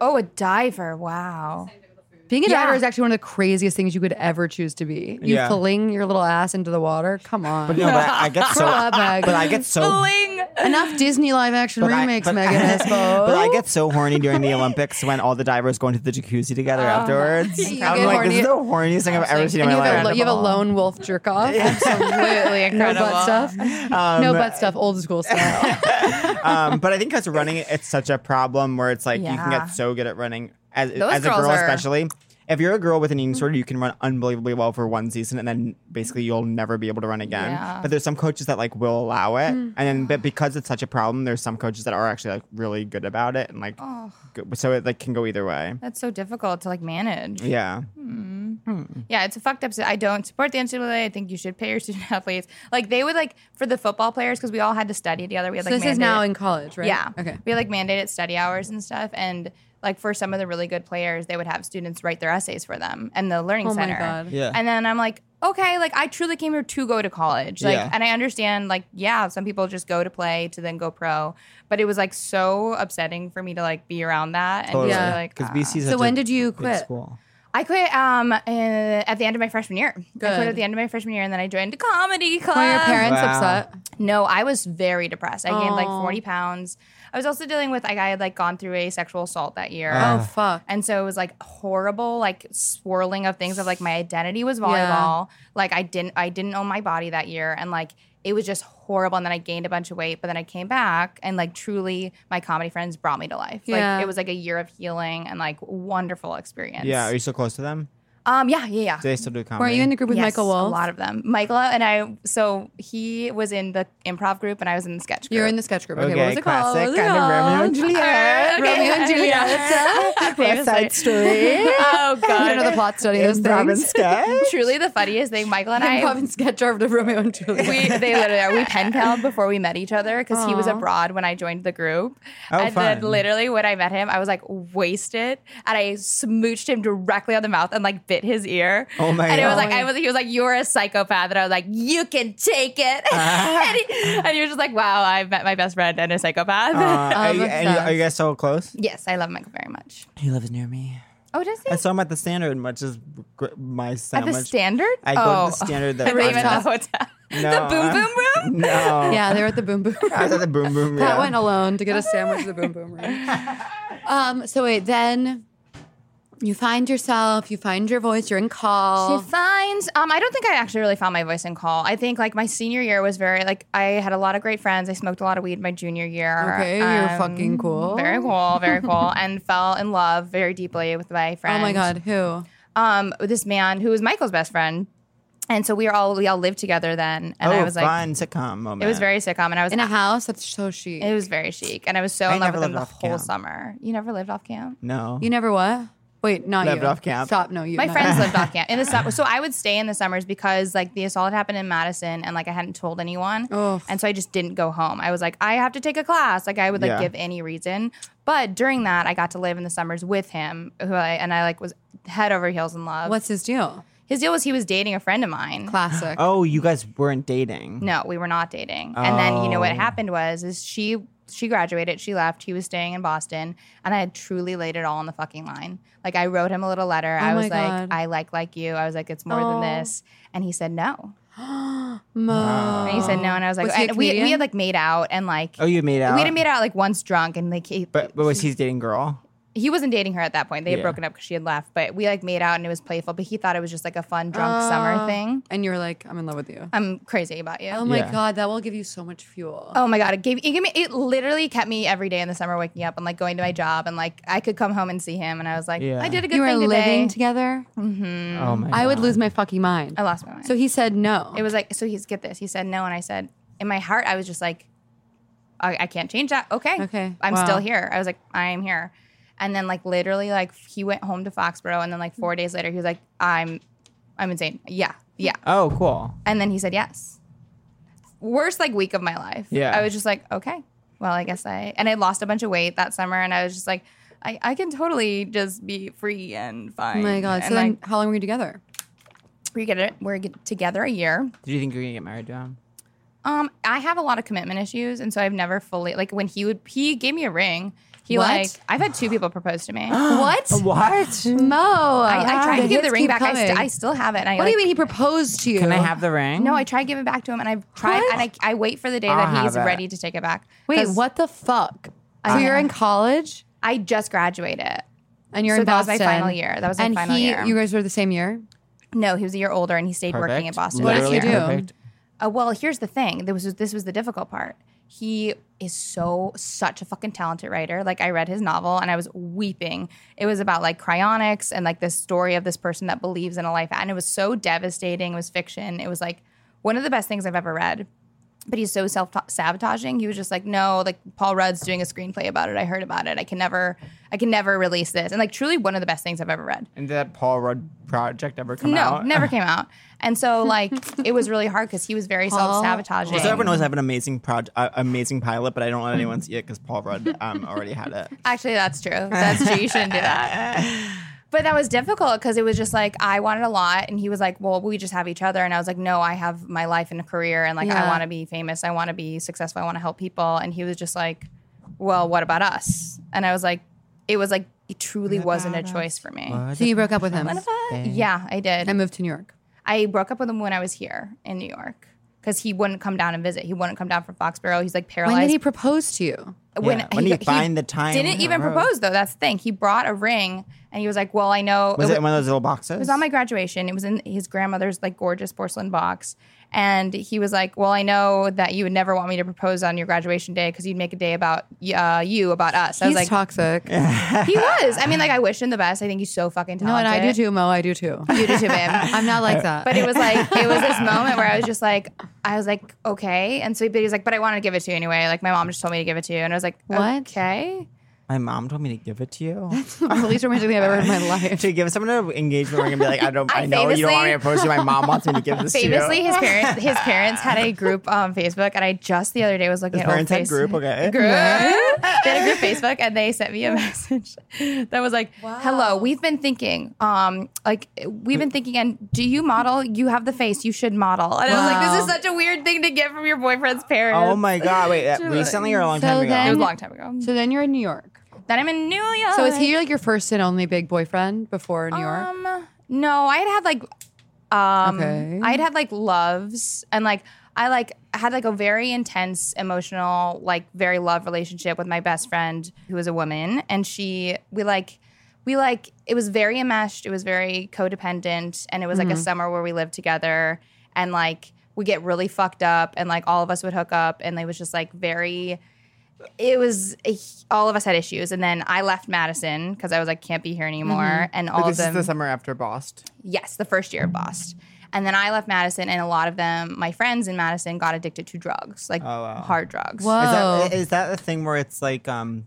Oh, a diver. Wow. Being a Yeah. diver is actually one of the craziest things you could ever choose to be. You Yeah. fling your little ass into the water. Come on. but, no, but I, I get so Grow up, Meg. but I get so Enough Disney live action but I- remakes, but- Megan Espo. but I get so horny during the Olympics when all the divivers go into the jacuzzi together afterwards. Oh You I'm get like, this is the horniest thing I've ever seen in my you have, a, life. you have a lone wolf jerk off. Absolutely incredible. No butt stuff. no butt stuff. Old school style. um, but I think because running, it's such a problem where it's like you can Yeah. get so good at running as, Those as a girls girl, are- especially. if you're a girl with an Mm-hmm. eating disorder, you can run unbelievably well for one season, and then basically you'll never be able to run again. Yeah. But there's some coaches that like will allow it, Mm. and then but because it's such a problem, there's some coaches that are actually like really good about it, and like go- so it like can go either way. That's so difficult to like manage. Yeah, Yeah, it's a fucked up. si- I don't support the NCAA. I think you should pay your student athletes. Like they would like for the football players because we all had to study together. We had So like this is now mandated- in college, right? Yeah. Okay. We had, like mandated study hours and stuff. And like for some of the really good players, they would have students write their essays for them and the learning Oh my center. God. Yeah. And then I'm like, okay, like I truly came here to go to college. Like Yeah. and I understand like, yeah, some people just go to play to then go pro. But it was like so upsetting for me to like be around that and totally. just be Yeah. like because ah. BC. is So such when a did you big quit? School. I quit um uh, at the end of my freshman year. I Good. quit at the end of my freshman year and then I joined a comedy club. Were your parents Wow. upset? No, I was very depressed. I gained like Oh. 40 pounds. I was also dealing with like I had like gone through a sexual assault that year. Ah. Oh fuck. And so it was like horrible, like swirling of things of like my identity was volleyball. Like I didn't I didn't own my body that year and like it was just horrible. And then I gained a bunch of weight, but then I came back and like truly my comedy friends brought me to life. Yeah. Like it was like a year of healing and like wonderful experience. Yeah, are you still close to them? Um yeah, yeah, yeah. Do they still do comedy? Were you in the group with Yes, Michael Wolf? A lot of them. Michael and I so he was in the improv group and I was in the sketch group. You're in the sketch group. Okay, Okay, what was it called? classic What was it kind of Romeo and called? Juliet. Romeo and Juliet. West Side Story. oh I god. don't know the plot study of those things. Robin Sketch. Truly the funniest thing, Michael and I Robin sketch over to Romeo and Juliet. we they literally are. We pen palled before we met each other because he was abroad when I joined the group. Oh, and then fun. literally when I met him, I was like wasted and I smooched him directly on the mouth and like bit his ear. Oh, my And it was God. like I was he was like, You're a psychopath. And I was like, You can take it. Ah. and, he, and he was just like, Wow, I met my best friend and a psychopath. Uh, are, I'm you, and you- obsessed. are you guys so close? yes, I love Michael very much. He lives near me. Oh, does he? I saw him at the standard, which is gr- my At the sandwich. standard? I go oh. to the standard I that thought you I'm meant the at. hotel. No, the boom I'm- boom room? No. yeah, they were at the Boom Boom. I was at the boom boom. Pat yeah. went alone to get a sandwich at the Boom Boom Room. Um, so wait, then you find yourself, you find your voice, you're in call. She finds. Um, I don't think I actually really found my voice in call. I think like my senior year was very like I had a lot of great friends. I smoked a lot of weed my junior year. Okay, you're Um, fucking cool. Very cool, very cool, and fell in love very deeply with my friend. Oh my god, who? Um, this man who was Michael's best friend, and so we were all we all lived together then, and oh, I was like, fun sitcom moment. it was very sitcom, and I was In a house? That's so chic. it was very chic, and I was so I in love never with him the lived off whole camp. summer. You never lived off camp. no. you never what? Wait, not Lived you. off camp. Stop, no, you. My not friends you. lived off camp in the summer, so I would stay in the summers because like the assault happened in Madison, and like I hadn't told anyone, Ugh. and so I just didn't go home. I was like, I have to take a class. Like I would like Yeah. give any reason, but during that, I got to live in the summers with him, who I and I like was head over heels in love. What's his deal? his deal was he was dating a friend of mine. Classic. oh, you guys weren't dating. No, we were not dating. And then you know what Oh. happened was is she she graduated, she left, he was staying in Boston, and I had truly laid it all on the fucking line. Like I wrote him a little letter. I Oh my was God. like, I like like you. I was like, it's more Oh. than this. And he said no. Mo. And he said no, and I was like, Was he a and we, we comedian? had like made out and like Oh, you made out. we had made out like once drunk and like he, But but was he dating girl? he wasn't dating her at that point. They had Yeah. broken up because she had left, but we like made out and it was playful. But he thought it was just like a fun drunk summer thing. And you were like, I'm in love with you. I'm crazy about you. Ah. Oh my Yeah. god, that will give you so much fuel. Oh my god, it gave, it gave me it literally kept me every day in the summer waking up and like going to my job and like I could come home and see him and I was like Yeah. I did a good you were thing living today. together. Mm. Oh my. I would God. lose my fucking mind. I lost my mind. So So he said no. it was like so he's get this. He said no and I said in my heart I was just like I, I can't change that. Okay. Okay. I'm Wow. still here. I was like I am here. And then like literally like he went home to Foxborough and then like 4 days later he was like I'm I'm insane. Yeah. Yeah. Oh, cool. And then he said yes. Worst like week of my life. Yeah. I was just like, okay, well, I guess I and I lost a bunch of weight that summer, and I was just like, I, I can totally just be free and fine. oh my god. So And then like, how long were you together? we get it. We're get together a year. Do you think you're gonna get married to him? Um, I have a lot of commitment issues, and so I've never fully like when he would he gave me a ring. He What? like I've had two people propose to me. I, What? What? No. I tried to give the ring back. I, still. st- I still have it. And I, what do like, you mean he proposed to you? Can I have the ring? No, I try to give it back to him, and I've tried, What? and I, I wait for the day I'll that he's have it. ready to take it back. Wait, 'Cause what the fuck? So I- you're in college I just graduated. and you're So in that was Boston. my final year. That was my and final he, year. you guys were the same year. No, he was a year older and he stayed working Perfect. at Boston. What does that he year. do? Perfect. Uh, well, here's the thing. This was this was the difficult part. He is so such a fucking talented writer. Like I read his novel and I was weeping. It was about like cryonics and like this story of this person that believes in a life and it was so devastating. It was fiction. It was like one of the best things I've ever read. But he's so self sabotaging. He was just like, no, like Paul Rudd's doing a screenplay about it. I heard about it. I can never, I can never release this. And like, truly, one of the best things I've ever read. And did that Paul Rudd project ever come no, out? never came out. And so like, it was really hard because he was very self sabotaging. So everyone knows I have an amazing project, uh, amazing pilot, but I don't let anyone see it because Paul Rudd um, already had it. Actually, that's true. That's true. You shouldn't do that. But that was difficult because it was just like I wanted a lot, and he was like, "Well, we just have each other." And I was like, "No, I have my life and a career, and like I Yeah. want to be famous, I want to be successful, I want to help people." And he was just like, "Well, what about us?" And I was like, "It was like it truly wasn't a choice for me." So you broke up with him. Yeah, I did. I moved to New York. I broke up with him when I was here in New York because he wouldn't come down and visit. He wouldn't come down from Foxborough. He's like When paralyzed did he propose to you? when, Yeah, when he, do you find the time Didn't on even the road? propose though. That's the thing. He brought a ring and he was like, "Well, I know." Was it, wa- in one of those little boxes? it was on my graduation. It was in his grandmother's like gorgeous porcelain box, and he was like, "Well, I know that you would never want me to propose on your graduation day because you'd make a day about uh, you about us." I He's was like, toxic. "He was." I mean, like, I wish him the best. I think he's so fucking No, and talented. I do too, Mo. I do too. You do too, babe. I'm not like that. But it was like it was this moment where I was just like, I was like, okay. And so, but he's like, but I want to give it to you anyway. Like my mom just told me to give it to you, and I was like, What? Okay. My mom told me to give it to you. the least romantic thing I've ever heard in my life. to give someone an engagement ring and be like, I don't, I I, know you don't want me to famously- propose to you. My mom wants me to give this to Famously, you. his parents his parents had a group on Facebook, and I just the other day was looking His at old parents had face- group, okay. Group. they had a group Facebook, and they sent me a message that was like, "Hello, we've been thinking, um, like we've been thinking, and do you model? You have the face, you should model." And I was like, "This is Wow. such a weird thing to get from your boyfriend's parents." Oh my god! Wait, that- recently or a long So time ago? It was then- a long time ago. So then you're in New York. Then I'm in New York. So is he like your first and only big boyfriend before New York? Um, no, I had had like, um, Okay. I had had like loves and like I like had like a very intense emotional like very love relationship with my best friend who was a woman and she we like we like it was very enmeshed it was very codependent and it was Mm-hmm. like a summer where we lived together and like we get really fucked up and like all of us would hook up and it was just like very it was all of us had issues and then i left madison because i was like can't be here anymore and all But of Mm-hmm. this is them the summer after Bost. yes the first year of bost and then i left madison and a lot of them my friends in madison got addicted to drugs Oh, like hard drugs Whoa. Is Oh. that is that a thing where it's like um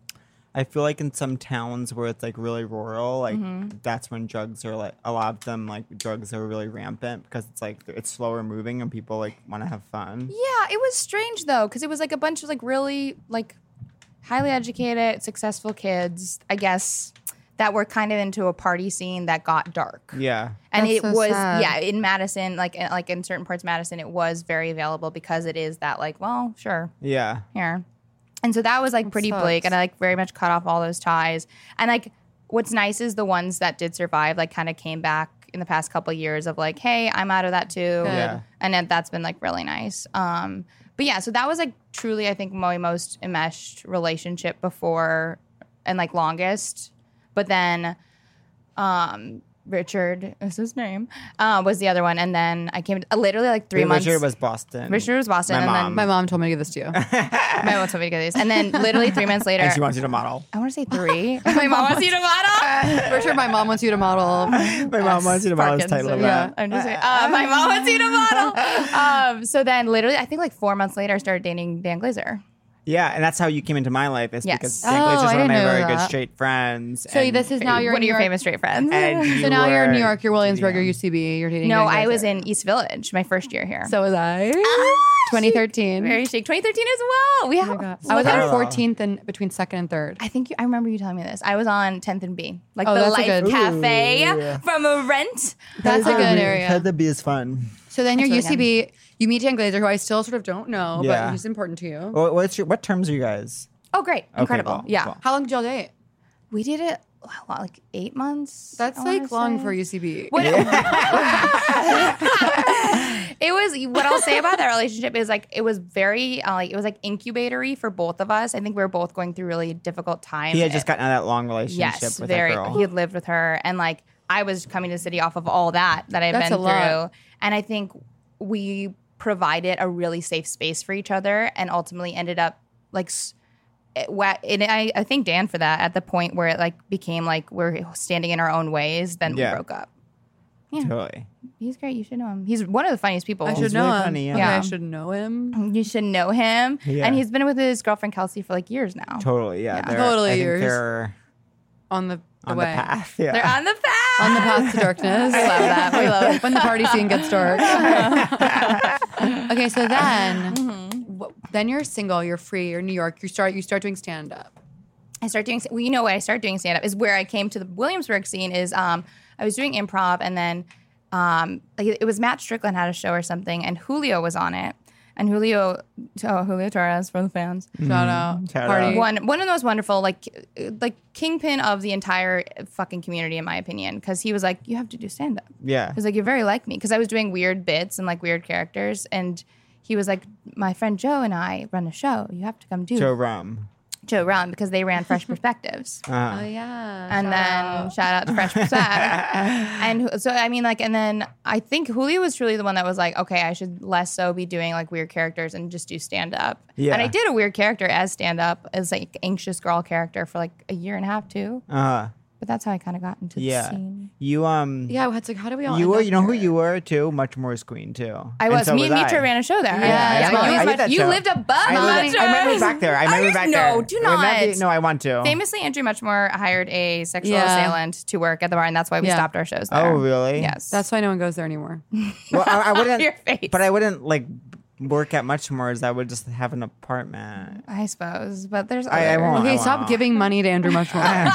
I feel like in some towns where it's like really rural, like Mm-hmm. that's when drugs are like a lot of them like drugs are really rampant because it's like it's slower moving and people like want to have fun. yeah it was strange though because it was like a bunch of like really like highly educated successful kids i guess that were kind of into a party scene that got dark Yeah. and That's it so was sad. yeah in madison like in- like in certain parts of madison it was very available because it is that like well sure Yeah. here. And so that was like pretty sucks. bleak. And I like very much cut off all those ties. And like what's nice is the ones that did survive, like kind of came back in the past couple of years of like, hey, I'm out of that too. Yeah. And that- that's been like really nice. Um, but yeah, so that was like truly, I think, my most enmeshed relationship before and like longest. But then um Richard is his name, uh, was the other one. And then I came literally like three Wait, months. Richard was Boston. Richard was Boston. My and mom. then My mom told me to give this to you. my mom wants me to get these. And then literally three months later, and she wants you to model. Oh, I want to say three. my mom wants you to model. For sure, my mom wants you to model. My mom wants you to model. Is the title of Yeah, that. I'm just saying. Uh, my mom wants you to model. Um, so then literally, I think like four months later, I started dating Dan Glazer. Yeah, and that's how you came into my life is Yes. because Oh, St. Glacier's I one of didn't my know very good that. straight friends. So this is now you're One in of New your York. famous straight friends. So now you're in New York. You're Williamsburg or UCB. You're dating. no, Dan I was Glaser. in East Village my first year here. So was I. Ah, 2013. very chic. 2013 as well. We Oh my have. God. I I was Wow. on 14th and between second and third. I think you, I remember you telling me this. I was on 10th and B, like Oh, the that's a Life good- Cafe Ooh. from a rent. That's a good Had area. the be is fun. So then you're That's what I UCB. You meet Dan Glazer, who I still sort of don't know, Yeah. Oh. but he's important to you. What, what's your what terms are you guys? Oh, great! Incredible. cool, yeah, cool. How long did y'all date? we did it wow, like eight months. That's I wanna like long say. for UCB. What, it was what I'll say about that relationship is like it was very uh, like it was like incubatory for both of us. I think we were both going through really difficult times. He had just gotten out of that long relationship yes, with very. that girl. He had lived with her, and like I was coming to the city off of all that that I had That's been a lot. through, and I think we provided a really safe space for each other and ultimately ended up like s- it wa- and I, I think Dan for that at the point where it like became like we're standing in our own ways then Yeah. we broke up Totally. he's great you should know him he's one of the funniest people I He's should know really him. funny, yeah. Okay, Yeah. I should know him. you should know him Yeah. and he's been with his girlfriend Kelsey for like years now Totally. Yeah. they're- Totally I think yours. They're On the, the on way. the path. Yeah. they're on the path On the path to darkness. I love that we love it when the party scene gets dark. okay, so then, wh- then you're single, you're free, you're in New York, you start you start doing stand up. I start doing. Well, you know what I started doing stand up is where I came to the Williamsburg scene. Is um, I was doing improv and then um, like it was Matt Strickland had a show or something and Julio was on it and Julio oh, Julio Torres for the fans Shout out, Mm-hmm. Shout party. out. one one of the most wonderful like uh, like kingpin of the entire fucking community in my opinion because he was like you have to do stand up yeah. He's like, you're very like me because I was doing weird bits and like weird characters and. He was like, my friend Joe and I run a show. You have to come do Joe Joe, Rum. Joe Round because they ran Fresh Perspectives Ah. Oh yeah, and shout then Oh. out. shout out to Fresh Perspective. and who- so I mean, like, and then I think Julio was truly the one that was like, okay, I should less so be doing like weird characters and just do stand up. Yeah. And I did a weird character as stand up as like anxious girl character for like a year and a half too. Uh, But that's how I kind of got into yeah. the scene. You um. yeah. It's like how do we all? You end were. up You know who here? you were too. Much more is queen too. I was. so me and was Mitra I. ran a show there. Yeah, Yeah, that's you, right. was I my- did that you show. lived above I, my was, I might move back there. I might Oh, move back there. No, do I not. might be- no, I want to. Famously, Andrew Muchmore hired a sexual Yeah. assailant to work at the bar, and that's why we Yeah. stopped our shows there. Oh, really? Yes. That's why no one goes there anymore. Well, I, I wouldn't. Your face. But I wouldn't like work at much more. As I would just have an apartment. I suppose, but there's. I- I others. won't. Okay, Oh, wow. stop giving money to Andrew Muchmore.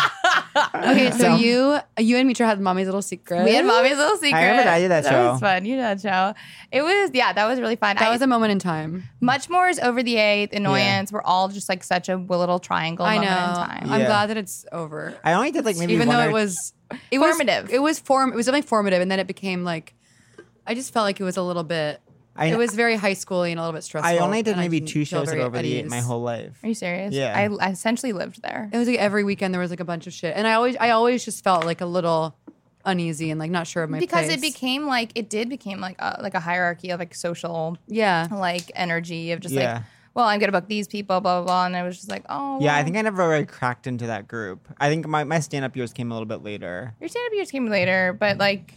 okay, so, you you and Mitra had mommy's little secret. We had mommy's little secret. remember that. I did that show. was fun. You did that show. It was yeah, that was really fun. That I- was a moment in time. much more is over the eighth annoyance. We're all just like such a little triangle I know. moment in time. I'm Yeah. glad that it's over. I only did like maybe even one though or it was it was- Formative. it was form. It was definitely formative, and then it became like I just felt like it was a little bit. I- it was very high schooly and a little bit stressful. I only did and I maybe didn't two feel shows at very over at the eight my ease. whole life. Are you serious? Yeah. I, I essentially lived there. It was like every weekend there was like a bunch of shit, and I always I always just felt like a little uneasy and like not sure of my because place. it became like it did became like a, like a hierarchy of like social yeah. like energy of just Yeah. like well I'm gonna book these people blah blah blah and I was just like oh Yeah, I well. think I never really cracked into that group. I think my, my stand up years came a little bit later. your stand up years came later but like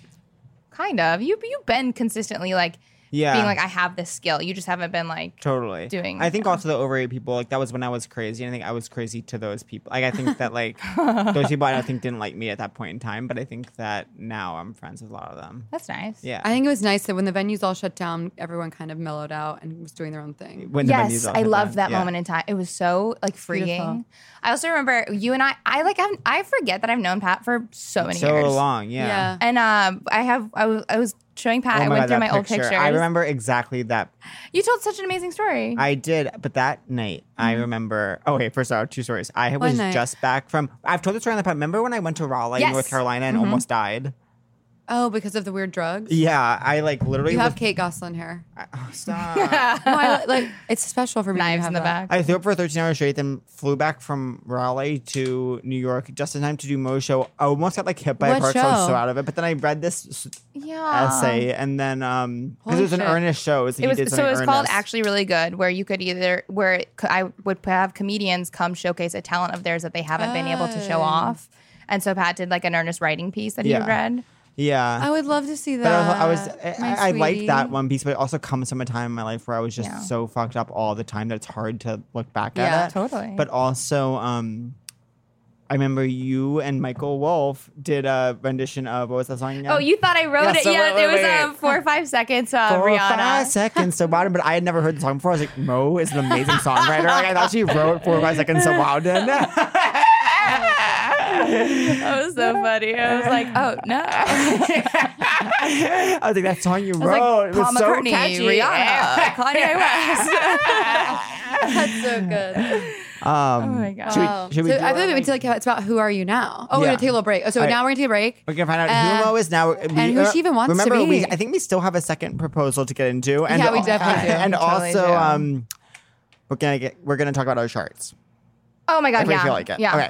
kind of you you've been consistently like Yeah. being like I have this skill you just haven't been like totally doing, I think yeah. also the overweight people, like that was when I was crazy. And I think I was crazy to those people. Like I think that like those people I don't think didn't like me at that point in time, but I think that now I'm friends with a lot of them. that's nice Yeah. I think it was nice that when the venues all shut down, everyone kind of mellowed out and was doing their own thing. when the Yes, venues all I shut love down. that Yeah. moment in time. It was so like freeing. Beautiful. I also remember you and I. I like haven't- I forget that I've known Pat for so many So years. long, yeah. Oh Yeah. And um, I have I was, I was showing Pat. I went through that Oh my old picture. pictures. I remember exactly that. you told such an amazing story. I did, but that night I remember. Oh wait, first out two stories. I was night? just back from. I've told this story on the pod. Remember when I went to Raleigh, Yes. North Carolina, and almost died? Oh, because of the weird drugs. Yeah, I like literally. You have was- Kate Gosselin hair. Oh, stop. No, I, like it's special for me. when you Knives have in the that. back. I threw up for 13 hours straight, then flew back from Raleigh to New York just in time to do Mo's show. I almost got like hit by What a car, so I was show? so out of it. But then I read this s- yeah. essay, and then um, because Holy it was an shit. earnest show, it was, like he It was did so something it was called earnest. actually really good, where you could either where it, c- I would p- have comedians come showcase a talent of theirs that they haven't been able to show Oh. off, and so Pat did like an earnest writing piece that he Yeah. read. Yeah. I would love to see that. But I was, I, was, my I, I liked that sweetie. one piece, but it also comes from a time in my life where I was just Yeah. so fucked up all the time that it's hard to look back Yeah, at it. totally. But also, um, I remember you and Michael Wolf did a rendition of what was that song? Again? Oh, you thought I wrote Yeah, it? so yeah, wait, wait, it was wait. um, four or five seconds. Uh, Four or Rihanna. five seconds so bottom, but I had never heard the song before. I was like, Mo is an amazing songwriter. Like I thought she wrote four or five seconds so bottom. That was so funny. I was like, oh no. I was like, that song you I was wrote, like, it was Paul so McCartney, catchy. Rihanna, Kanye West. That's so good. Um, Oh my God. Should Wow. we? Should we so do I our- feel like we need to like it's about who are you now? Oh, we're Yeah. gonna take a little break. Oh, so All right. now we're gonna take a break. We're gonna find out Uh, who Mo is now, we, uh, and who she even wants to remember, We, be. I think we still have a second proposal to get into. And uh, Yeah, we definitely do. And We totally also, do. um, we're gonna get we're gonna talk about our charts. Oh my god, If yeah. we feel like it. Yeah. Okay.